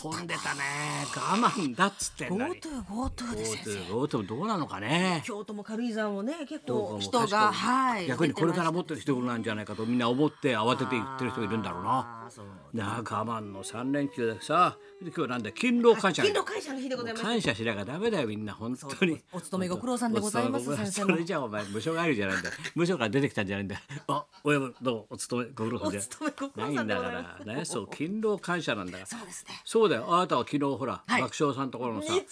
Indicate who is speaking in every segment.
Speaker 1: 混んでたね我慢だっつってんのに
Speaker 2: GoToGoTo です先生
Speaker 1: GoTo どうなのかね
Speaker 2: 京都も軽井沢もね結
Speaker 1: どう
Speaker 2: 構
Speaker 1: かも
Speaker 2: 人
Speaker 1: 確か
Speaker 2: がはい
Speaker 1: 逆にこれからも
Speaker 2: 出
Speaker 1: っと人なんじゃないかとみんな思って慌てて言ってる人がいるんだろうな
Speaker 2: あーそう
Speaker 1: なあ我慢の三連休でさで今日なんだ勤労感謝の日
Speaker 2: 勤労感謝の日でございます
Speaker 1: 感謝しなきゃダメだよみんな本当に
Speaker 2: おお勤めご苦労さんでございます
Speaker 1: お勤め
Speaker 2: 先生
Speaker 1: ご苦労それじゃあお前無償があるじゃないんだよ無償から出てきたんじゃないんだよあ親分どうもお勤めご苦労さんじゃ
Speaker 2: お勤めご苦
Speaker 1: ない
Speaker 2: 労さ
Speaker 1: ん
Speaker 2: んで
Speaker 1: だ
Speaker 2: ご
Speaker 1: か
Speaker 2: ざ
Speaker 1: ら
Speaker 2: います
Speaker 1: ねそう勤労感謝なんだから
Speaker 2: そうですね
Speaker 1: そうだよあなたは昨日ほら、
Speaker 2: はい
Speaker 1: 爆笑さんのところの
Speaker 2: 日
Speaker 1: さ
Speaker 2: 曜さん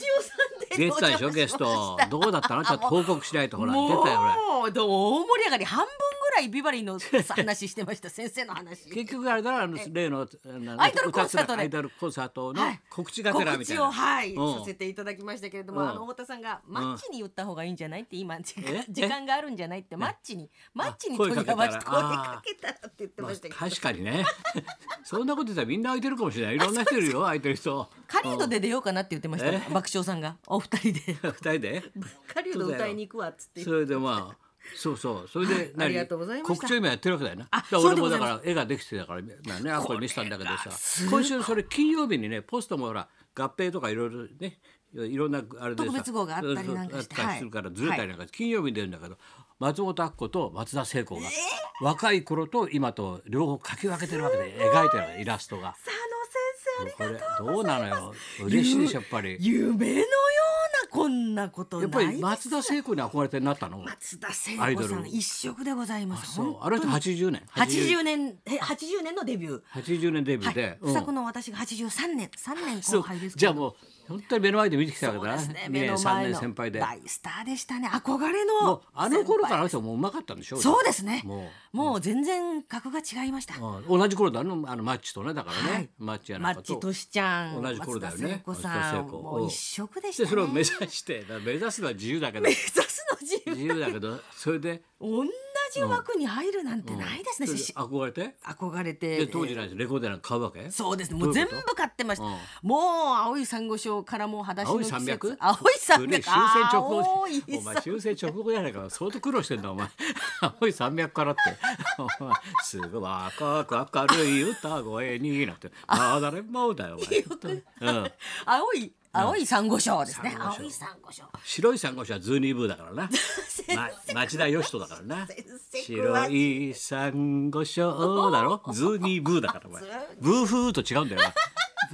Speaker 2: で
Speaker 1: 出てたでしょゲストどうだったのちょっと報告しないとほら出たよ俺
Speaker 2: もうどう大盛り上がり半分ぐらいビバリーの話してました先生の話
Speaker 1: 結局あれだなあの例の
Speaker 2: アイドルコンサートね
Speaker 1: アイドルコンサートの
Speaker 2: はい
Speaker 1: 告知がてらみたいな、
Speaker 2: 告知をはい、
Speaker 1: うん
Speaker 2: させていただきましたけれど
Speaker 1: うん
Speaker 2: もあの太田さんがマッチに言った方がいいんじゃないって今時
Speaker 1: え
Speaker 2: 間時間があるんじゃないってマッチにマッチに
Speaker 1: 声か
Speaker 2: 問
Speaker 1: け
Speaker 2: い
Speaker 1: たら
Speaker 2: 合わせ声かけたらって言って
Speaker 1: ま
Speaker 2: ま
Speaker 1: あ
Speaker 2: したけど
Speaker 1: 確かにね そんなこと言ったらみんな空いてるかもしれないいろんな人いるよ空いてる人
Speaker 2: カリウドで出ようかなって言ってました
Speaker 1: え
Speaker 2: 爆笑さんがお二 人で
Speaker 1: 二人で
Speaker 2: カリウド歌いに行くわっつって
Speaker 1: それでまあそうそうそれで
Speaker 2: ありがとうございました
Speaker 1: 告知を今やってるわけだよな
Speaker 2: あ
Speaker 1: だから
Speaker 2: そう
Speaker 1: 俺
Speaker 2: で
Speaker 1: も
Speaker 2: ござ
Speaker 1: だ
Speaker 2: い
Speaker 1: か
Speaker 2: ます
Speaker 1: ら絵ができてたからなねあこれ見せたんだけどさ
Speaker 2: がすご
Speaker 1: 今週それ金曜日にねポストもほら合併とかいろいろねいろんなあれでさ
Speaker 2: 特別号があったりなんかし
Speaker 1: あ
Speaker 2: て
Speaker 1: ったり
Speaker 2: はい
Speaker 1: するからずれたりなんかして金曜日に出るんだけど松本明子と松田聖子が若い頃と今と両方描き分けてるわけで描いてるわけイラストが。
Speaker 2: 佐
Speaker 1: こ
Speaker 2: 野先生あり
Speaker 1: れ
Speaker 2: がとう
Speaker 1: どうなのよ嬉しいでしょやっぱり
Speaker 2: 夢のようなこんなことない
Speaker 1: やっぱり
Speaker 2: です
Speaker 1: 松田聖子に憧れてなったの
Speaker 2: 松田聖
Speaker 1: アイ
Speaker 2: 子
Speaker 1: ド
Speaker 2: さ
Speaker 1: ル
Speaker 2: ん一色でございます
Speaker 1: そう
Speaker 2: 本
Speaker 1: あの人80年
Speaker 2: 当80年え80年のデビュー
Speaker 1: 80年デビュ
Speaker 2: は
Speaker 1: ーで、
Speaker 2: い、
Speaker 1: うん
Speaker 2: 不作の私が83年3年
Speaker 1: そ
Speaker 2: 後
Speaker 1: う
Speaker 2: 輩ですけ
Speaker 1: じゃ
Speaker 2: ど
Speaker 1: あもう本当に目の前で見てきたわ
Speaker 2: そ
Speaker 1: け
Speaker 2: う
Speaker 1: だ
Speaker 2: で
Speaker 1: な
Speaker 2: すね
Speaker 1: 2
Speaker 2: 目
Speaker 1: 年
Speaker 2: の
Speaker 1: 3
Speaker 2: 前
Speaker 1: 年
Speaker 2: の
Speaker 1: 先輩で
Speaker 2: 大スターでしたね憧れの
Speaker 1: もうあの頃からあ
Speaker 2: 先
Speaker 1: の人もうまかったんでしょ
Speaker 2: 輩そうですね
Speaker 1: もう
Speaker 2: もう全然格が違いました
Speaker 1: うん同じ頃だのあのマッチとねだからね、
Speaker 2: はい
Speaker 1: マッチやなん
Speaker 2: マッ
Speaker 1: か
Speaker 2: チ
Speaker 1: と
Speaker 2: としちゃん
Speaker 1: 同じ頃だよね
Speaker 2: 松田聖子さ
Speaker 1: 松田
Speaker 2: ん
Speaker 1: 聖子
Speaker 2: もう一色でした
Speaker 1: で
Speaker 2: ね
Speaker 1: それを目
Speaker 2: 目
Speaker 1: 指
Speaker 2: 指
Speaker 1: してだから目指すのは自由だけど
Speaker 2: すの自由
Speaker 1: 自由だけどそれで、
Speaker 2: 同じ枠に入るなんて
Speaker 1: うん
Speaker 2: ないですね、
Speaker 1: それで
Speaker 2: し
Speaker 1: 憧れて
Speaker 2: 憧れて
Speaker 1: で当時なんてレコードなんか買うわけ
Speaker 2: そうですね。
Speaker 1: ど
Speaker 2: も
Speaker 1: う
Speaker 2: う
Speaker 1: いう
Speaker 2: 全
Speaker 1: こと
Speaker 2: 部買ってました。
Speaker 1: うん
Speaker 2: もう青い珊瑚礁からもう裸足の季節。
Speaker 1: 青い山脈
Speaker 2: 青い山
Speaker 1: 古い
Speaker 2: 脈。
Speaker 1: 終戦直後
Speaker 2: 青い
Speaker 1: お前終戦直後じゃないから相当苦労してんだお前 青い山脈からって お前すぐ若く明るい歌声になってああ誰もだよお前、うん、
Speaker 2: 青い青い珊瑚礁ですね。
Speaker 1: 珊瑚礁
Speaker 2: 青い珊瑚礁。
Speaker 1: 白い珊瑚礁はズーニーブーだからな、ま、町田義人だからな白い珊瑚礁だろ ズーニーブーだからお前ブーフーと違うんだよお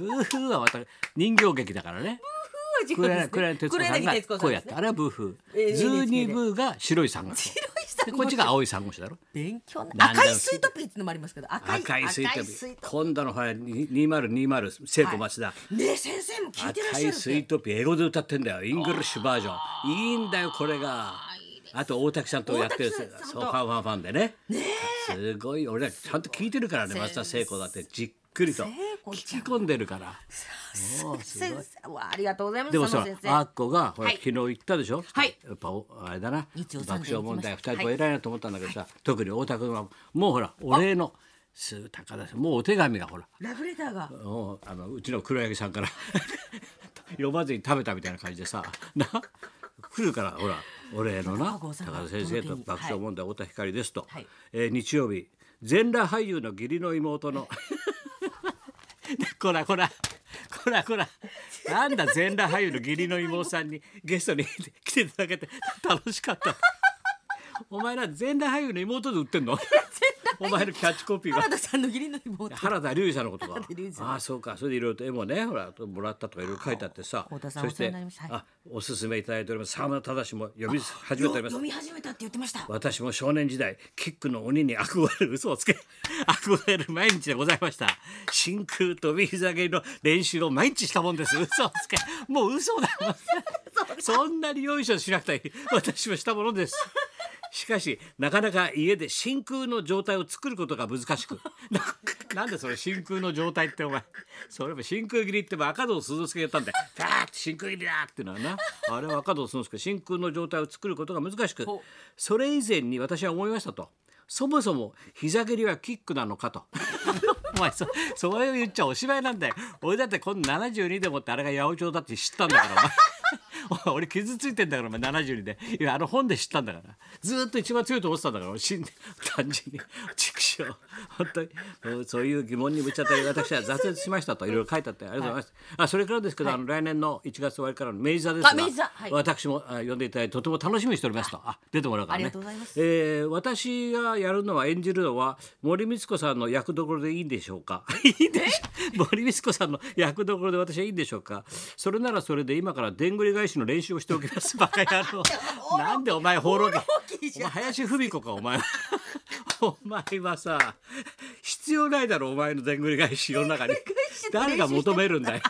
Speaker 1: 前ブーフーはまた人形劇だからね
Speaker 2: こ
Speaker 1: 黒柳黒柳徹子さんがこうやってあれはブーフ
Speaker 2: え
Speaker 1: ー
Speaker 2: ー
Speaker 1: ズーニーブーが白い珊瑚礁
Speaker 2: 白い
Speaker 1: で
Speaker 2: 珊瑚
Speaker 1: こっちが青い珊瑚礁だろ
Speaker 2: 勉強な
Speaker 1: なんだ
Speaker 2: 赤いスイートピーっていうのもありますけど赤い
Speaker 1: 赤いスイートピ
Speaker 2: 赤
Speaker 1: ー
Speaker 2: ー
Speaker 1: 今度のほらに2020聖子町田、
Speaker 2: ピーねえ先生も聞いてらっ
Speaker 1: 赤
Speaker 2: しゃ
Speaker 1: い
Speaker 2: るっ
Speaker 1: スイー
Speaker 2: て
Speaker 1: トピー英語で歌ってんだよイングリッシュバージョンいいんだよこれがあと大滝さんとやってる
Speaker 2: 大滝さん
Speaker 1: そう
Speaker 2: と
Speaker 1: ファンファンファンでねすごい俺らちゃんと聞いてるからね
Speaker 2: 先生
Speaker 1: 松田聖子だってじっくりと
Speaker 2: 聖
Speaker 1: 聞
Speaker 2: 子ち
Speaker 1: き
Speaker 2: ゃん
Speaker 1: 込んでるからもうすごい
Speaker 2: 先生わありがとうございます
Speaker 1: でもさ
Speaker 2: 佐野先、生
Speaker 1: あっこがほら、
Speaker 2: はい
Speaker 1: 昨日言ったでしょ。
Speaker 2: はい
Speaker 1: やっぱおあれだな。
Speaker 2: 日曜
Speaker 1: 爆笑問題
Speaker 2: サ
Speaker 1: 二人
Speaker 2: ンデーに行きました
Speaker 1: とも偉いなと思ったんだけどさ、特に太田君はもうほらお礼のす高田さんもうお手紙がほら。
Speaker 2: ラブレターが
Speaker 1: もうあのうちの黒柳さんから 呼ばずに食べたみたいな感じでさ な来るからほらお礼のな
Speaker 2: 高
Speaker 1: 高
Speaker 2: 尾
Speaker 1: 田
Speaker 2: さんが
Speaker 1: 先生と
Speaker 2: 届けに
Speaker 1: 爆笑問題太田光ですと、
Speaker 2: はい
Speaker 1: えー日曜日全裸俳優の義理の妹の こらこらこらこらなんだ全裸俳優の義理の妹さんにゲストに 来ていただけて楽しかった。お前ら全裸俳優の妹で売ってんのお前のキャッチコピーが
Speaker 2: 原田さんの義理の妹
Speaker 1: 原田龍二さんのことが
Speaker 2: 原田龍二さん
Speaker 1: ああそうかそれでいろいろと絵もねほらもらったとかいろいろ書いてあってさ
Speaker 2: 太田さん
Speaker 1: そして
Speaker 2: お世話になりましたはい
Speaker 1: あおすすめいただいております沢村忠も読み始めております
Speaker 2: 読み始めたって言ってました
Speaker 1: 私も少年時代キックの鬼に憧れる嘘をつけ 憧れる毎日でございました真空飛び膝蹴りの練習を毎日したもんです嘘をつけもう嘘だそんなによいしょしなくていい私もしたものですしかしなかなか家で真空の状態を作ることが難し くな なんでそれ真空の状態ってお前それも真空切りっても赤堂鈴之助がやったんだよパーって真空切りだってのはなあれは赤堂鈴之助真空の状態を作ることが難しく
Speaker 2: ほう
Speaker 1: それ以前に私は思いましたとそもそも膝蹴りはキックなのかと お前そそれを言っちゃおしまいなんだよ俺だってこの72でもってあれが八百長だって知ったんだからお前おい 俺傷ついてんだからお前72でいやあの本で知ったんだからずーっと一番強いと思ってたんだから俺死んで単純に畜生話を本当にうんそういう疑問にぶち当たり私は挫折しましたといろいろ書いてあってありがとうございます、あそれからですけど、あの来年の1月終わりからの明治座ですが
Speaker 2: あ明治座はい
Speaker 1: 私もあ呼んでいただいてとても楽しみにしておりますとあ出てもらうからね
Speaker 2: ありがとうございます
Speaker 1: えー私がやるのは演じるのは森光子さんの役どころでいいんでしょうかいいんでしょ 森光子さんの役どころで私はいいんでしょうかそれならそれで今からでんぐり返しの練習をしておきます バカ野郎なんでお前放浪記
Speaker 2: きじ
Speaker 1: お
Speaker 2: ゃ
Speaker 1: 前
Speaker 2: ん
Speaker 1: 林文子かお前は お前はさ必要ないだろお前のでんぐり返し世の中に
Speaker 2: しの練習
Speaker 1: 誰が求めるんだよ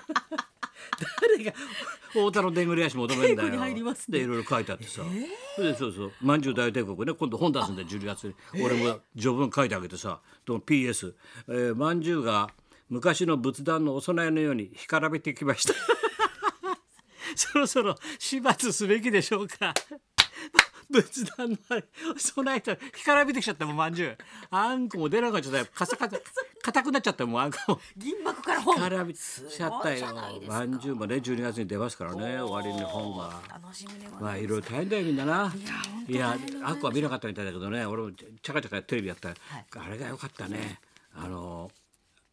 Speaker 1: 誰が太田のでんぐり返し求めるんだよ
Speaker 2: 稽古に入りますね
Speaker 1: でいろいろ書いてあってさ、それでそうそう「まんじゅう大帝国ね」今度本出すんで10月に俺も序文書いてあげてさ「でも PS、えー、まんじゅうが昔の仏壇のお供えのように干からびてきま した」そろそろ始末すべきでしょうか。仏壇のあれ備えたら干からびてきちゃったもんまんじゅうあんこも出なくなっちゃったよかさかた硬くなっちゃったよもうあんこも
Speaker 2: 銀幕から本
Speaker 1: からびしちゃった
Speaker 2: すごいじ
Speaker 1: よ
Speaker 2: ゃないですか
Speaker 1: まんじゅうもね12月に出ますからね終わりに本が
Speaker 2: 楽しみでござい
Speaker 1: ま
Speaker 2: ま
Speaker 1: あ
Speaker 2: す
Speaker 1: いろいろ大変だよみんなない
Speaker 2: や本当大変でございます
Speaker 1: あっこは見なかったみたいだけどね俺もちゃかちゃかテレビやった、あれが良かったねあの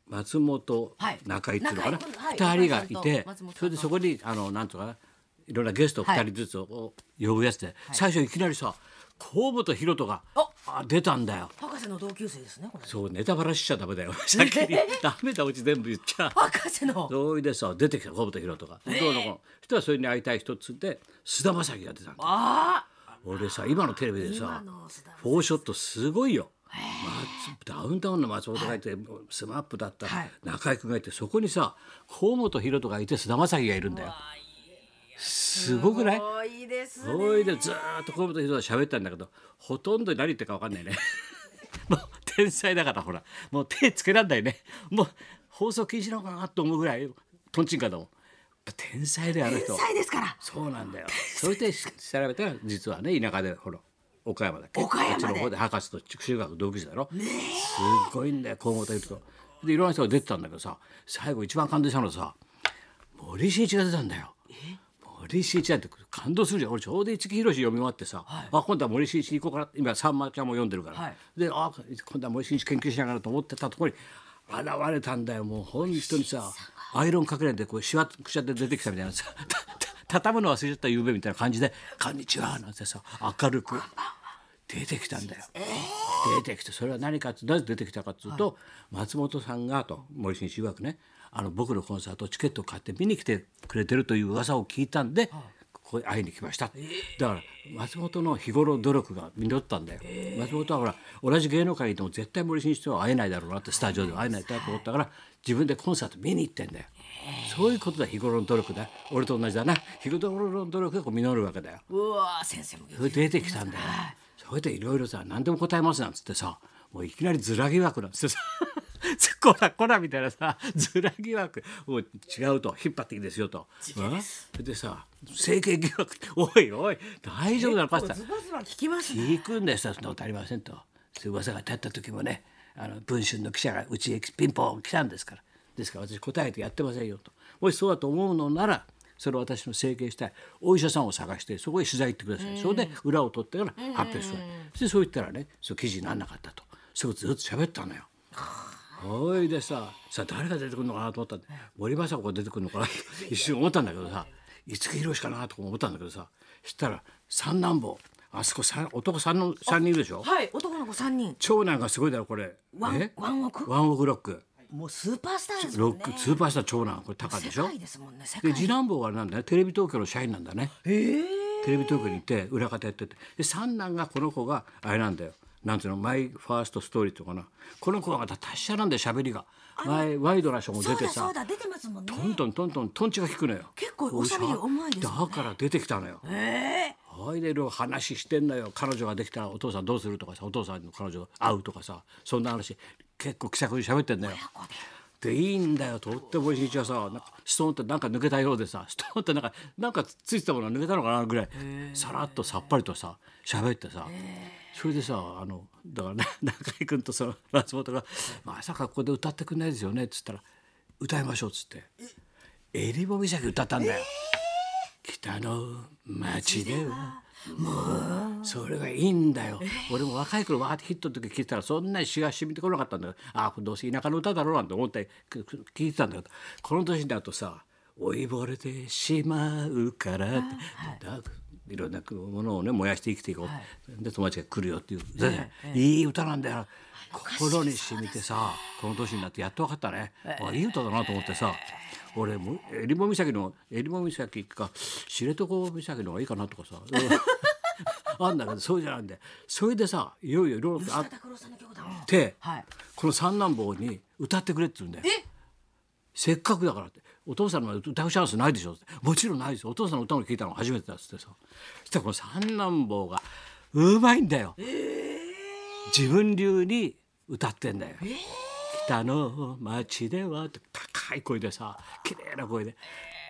Speaker 1: 松本、
Speaker 2: はい
Speaker 1: 中井っていうのかな
Speaker 2: 中井君はい
Speaker 1: 二、人がいて
Speaker 2: 松本さんと
Speaker 1: それでそこにあのなんとかないろんなゲストを二人ずつを呼ぶやつで、最初いきなりさ河本大翔が
Speaker 2: お
Speaker 1: あ出たんだよ
Speaker 2: 博士の同級生ですねこれ
Speaker 1: そうネタバラしちゃダメだよ 先にダメだうち全部言っちゃう
Speaker 2: 博士の
Speaker 1: 同意でさ出てきた小本博とか、どうのこうの人はそれに会いたい人っつって菅田将暉が出たんだ
Speaker 2: あ
Speaker 1: 俺さ今のテレビで
Speaker 2: 今
Speaker 1: さ
Speaker 2: の須田さん
Speaker 1: フォーショットすごいよ松ダウンタウンの松本がいて、スマップだった
Speaker 2: はい
Speaker 1: 中居君がいてそこにさ河本博とがいて菅田将暉がいるんだよすごくない
Speaker 2: 多いですね
Speaker 1: それでずーっと河本博が喋ったんだけどほとんど何言ってるか分かんないね もう天才だからほらもう手つけらんないねもう放送禁止なのかなと思うぐらいとんちんかんだもんやっぱ天才だよあの人
Speaker 2: 天才ですから
Speaker 1: そうなんだよそれでし調べたら実はね田舎でほら岡山だっけ
Speaker 2: 岡山で
Speaker 1: こっちの方で博士と中学同級生だろ、すっごいんだよ河本言うとでいろんな人が出てたんだけどさ最後一番感動したのはさ森進一が出たんだよ森進一なんて感動するじゃん俺ちょうど五木ひろし読み終わってさ、あ今度は森進一行こうかな今さんまちゃんも読んでるから、
Speaker 2: はい
Speaker 1: であ今度は森進一研究しながらと思ってたところに現れたんだよもう本当にさアイロンかけられてこうしわくしゃって出てきたみたいなさたた畳むの忘れちゃったゆうべみたいな感じで「こんにちは」なんてさ明るく出てきたんだよ。出てきてそれは何かってなぜ出てきたかっていうと、松本さんがと森進一曰くねあの僕のコンサートチケットを買って見に来てくれてるという噂を聞いたんで、ここに会いに来ました、だから松本の日頃努力が実ったんだよ、松本はほら同じ芸能界にいても絶対森進一とは会えないだろうなってスタジオでは会えないだろうと思ったから自分でコンサート見に行ってんだよ、そういうことだ日頃の努力だ俺と同じだな日頃の努力がこう実るわけだよ
Speaker 2: うわー先生も
Speaker 1: それで出てきたんだよ。それでいろいろさ何でも答えますなんつってさもういきなりずら疑惑なんつってさ こらこらみたいなさずら疑惑もう違うと引っ張っていいですよと。うんそれでさ整形疑惑おいおい大丈夫なのかって言ったら
Speaker 2: ズバズバ聞きますね
Speaker 1: 聞くんですよそんなことありませんとそういう噂が立った時もねあの文春の記者がうちへピンポン来たんですからですから私答えてやってませんよともしそうだと思うのならそれを私の整形したいお医者さんを探してそこへ取材行ってくださいそれで裏を取ってから発表してくださいでそう言ったらねそう記事にならなかったとそうずっと喋ったのよ。おいでささあ誰が出てくるのかなと思ったんで森政子が出てくるのか なと一瞬思ったんだけどさ五木ひろしかなとか思ったんだけどさそしたら三男坊あそこ三男三の三人いるでしょ
Speaker 2: はい男の子三人
Speaker 1: 長男がすごいだろこれ
Speaker 2: ワン
Speaker 1: え
Speaker 2: ワンオク
Speaker 1: ワンオクロック
Speaker 2: もうスーパースターです
Speaker 1: ロ
Speaker 2: もん
Speaker 1: ッ
Speaker 2: ね
Speaker 1: クスーパースター長男これ高でし
Speaker 2: 世
Speaker 1: ょ
Speaker 2: 界ですもんね世
Speaker 1: で
Speaker 2: 界
Speaker 1: 次男坊はあれなんだねテレビ東京の社員なんだね
Speaker 2: ええ
Speaker 1: テレビ東京にいて裏方やっててで三男がこの子があれなんだよなんていうのマイファーストストーリーとかなこの子がまた達者なんだよ喋りが前ワイドな人も
Speaker 2: そ
Speaker 1: 出
Speaker 2: う
Speaker 1: て
Speaker 2: だ
Speaker 1: さ
Speaker 2: そうだ出てますもんね
Speaker 1: トントントントントンチが効くのよ
Speaker 2: 結構おしゃべり重いですよね
Speaker 1: だから出てきたのよ
Speaker 2: ええ
Speaker 1: はいでいろいろ話してんのよ彼女ができたらお父さんどうするとかさお父さんの彼女が会うとかさそんな話結構気さくに喋ってんだよ
Speaker 2: ここで
Speaker 1: でいいんだよとってもおいしい一はさなんかストーンってなんか抜けたようでさス トーンってなんかなんかついてたものが抜けたのかなぐらいさらっとさっぱりとさ喋ってさそれでさあのだからな 中居君とその松本が「まさかここで歌ってくんないですよね」っつったら「歌いましょう」っつって「えりも岬」歌ったんだよ。北の街ではそれがいいんだよ俺も若い頃わーってヒットの時聞いてたらそんなに詩が染みてこなかったんだけどああこれどうせ田舎の歌だろうなんて思ってくく聞いてたんだけどこの年になるとさ「老いぼれてしまうから」って、だいろんなものをね燃やして生きていこう、で友達が来るよっていう、ねいい歌なんだよ心に染みてさこの年になってやっと分かったね、あいい歌だなと思ってさ俺も襟裳岬の襟裳岬か知床岬の方がいいかなと かさあんだけどそうじゃないんでそれでさいよいよいろいろあっ
Speaker 2: 田拓郎さんの曲だ。
Speaker 1: て、
Speaker 2: はい
Speaker 1: この三男坊に歌ってくれって言うんだよ
Speaker 2: え
Speaker 1: せっかくだからってお父さんの前で歌うチャンスないでしょってもちろんないですお父さんの歌を聞いたの初めてだっつってさそしたらこの三男坊がうまいんだよ、自分流に歌ってんだよ、北の町ではって高い声でさ綺麗な声で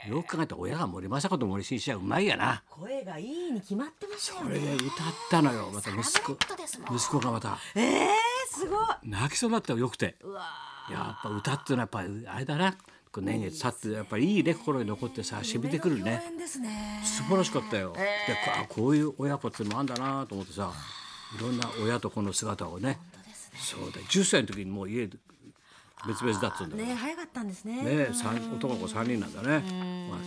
Speaker 1: よく考えたら親が森政子と森進一はうまいやな
Speaker 2: 声がいいに決まってますよ
Speaker 1: これ
Speaker 2: ね。
Speaker 1: で歌ったのよまた息
Speaker 2: サラ
Speaker 1: 子
Speaker 2: ブレッドですもん
Speaker 1: 息子がまた
Speaker 2: ええすごい。
Speaker 1: 泣きそうになったよよくて
Speaker 2: うわ
Speaker 1: やっぱ歌ってのはやっぱりあれだなこう年月経ってやっぱりいいね心に残ってさしみてくる
Speaker 2: ー。
Speaker 1: ね
Speaker 2: 共演ですね。
Speaker 1: 素晴らしかったよ、
Speaker 2: え
Speaker 1: でこあこういう親子ってのもあんだなと思ってさいろんな親と子の姿をねそうだよ10歳の時にもう家で別々だっつうんだよ
Speaker 2: ね早かったんですね。
Speaker 1: ねえ三男の子3人なんだね、まあ、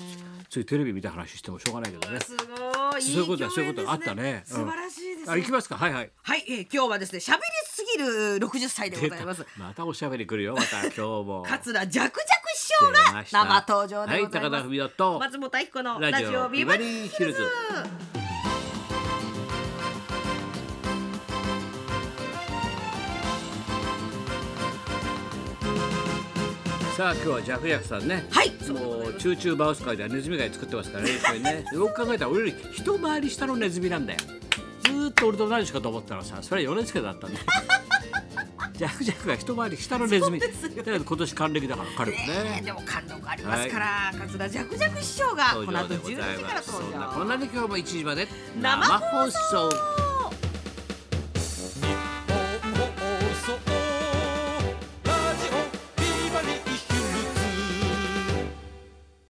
Speaker 1: ついテレビ見た話してもしょうがないけどね
Speaker 2: すごい。
Speaker 1: そういうことだ
Speaker 2: い
Speaker 1: そういうこ
Speaker 2: 共演です
Speaker 1: とあったね、うん
Speaker 2: 素晴らしいです
Speaker 1: あ
Speaker 2: ね
Speaker 1: 行きますかはいはい
Speaker 2: はい、えー、今日はですね、喋りすぎる六十歳でございます。
Speaker 1: またおしゃべり来るよまた今日 も
Speaker 2: 桂ジャク師
Speaker 1: 出
Speaker 2: 匠
Speaker 1: ま
Speaker 2: が
Speaker 1: した
Speaker 2: 生登場でござ
Speaker 1: はいい高
Speaker 2: ま
Speaker 1: 田
Speaker 2: す。
Speaker 1: 文夫と
Speaker 2: 松本明子の
Speaker 1: ラ
Speaker 2: ラ
Speaker 1: ジ
Speaker 2: ジ
Speaker 1: オ
Speaker 2: オ
Speaker 1: ビ
Speaker 2: ビ
Speaker 1: バ
Speaker 2: バ
Speaker 1: リ
Speaker 2: リ
Speaker 1: ー
Speaker 2: ー
Speaker 1: ヒ
Speaker 2: ヒ
Speaker 1: ル
Speaker 2: ル
Speaker 1: ズ
Speaker 2: ズ。
Speaker 1: さあ今日はジャクジャクさんね
Speaker 2: はい
Speaker 1: もうチューチューバウス会ではネズミ街作ってますからね一緒にねよく考えたら俺より一回り下のネズミなんだよずーっと俺と同じかと思ったらさそれは米津家だ ったんだよジャクジャクが一回り下のネズミ
Speaker 2: そうですよ
Speaker 1: だけど今年還暦だから彼も
Speaker 2: ねえ、
Speaker 1: ね
Speaker 2: でも貫禄ありますから、桂ジャクジャク師匠がこの
Speaker 1: 登
Speaker 2: 後
Speaker 1: 場で
Speaker 2: 十時
Speaker 1: ござい
Speaker 2: か
Speaker 1: ま
Speaker 2: ら
Speaker 1: すそ
Speaker 2: 登
Speaker 1: んなこん
Speaker 2: 場。
Speaker 1: なで今日も1時まで
Speaker 2: 生
Speaker 1: 生放送